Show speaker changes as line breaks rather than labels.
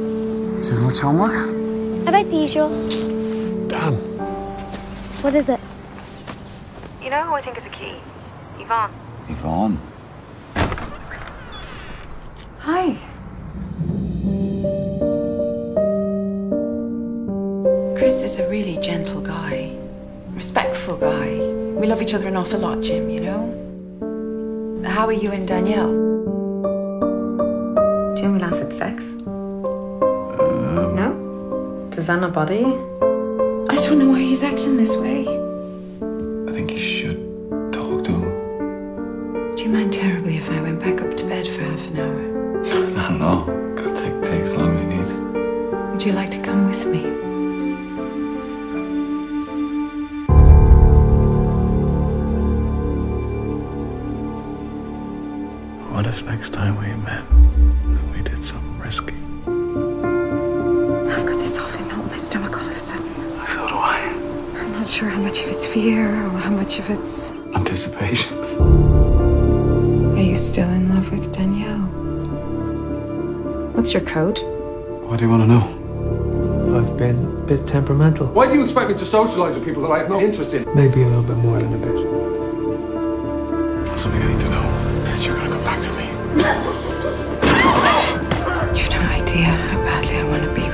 Is it much homework?
About the usual.
Damn.
What is it?
You know who I think is a key? Yvonne.
Yvonne.
Hi. Chris is a really gentle guy, respectful guy. We love each other an awful lot, Jim, you know? How are you and Danielle?
Jim, we last had sex.
Um,
no? Does that not bother you?
I don't know why he's acting this way.
I think you should talk to him.
Do you mind terribly if I went back up to bed for half an hour?
I don't know. Gotta take, take as long as you need.
Would you like to come with me?
What if next time we met, we did something risky?
I've got this awful knot in my stomach all of a sudden.
So do I.
I'm not sure how much of it's fear or how much of it's.
Anticipation.
Are you still in love with Danielle?
What's your code?
What do you want to know?
I've been a bit temperamental.
Why do you expect me to socialize with people that I have no interest in?
Maybe a little bit more than a bit.
Something I need to know. Is you're gonna come back to me.
You've no idea how badly I want to be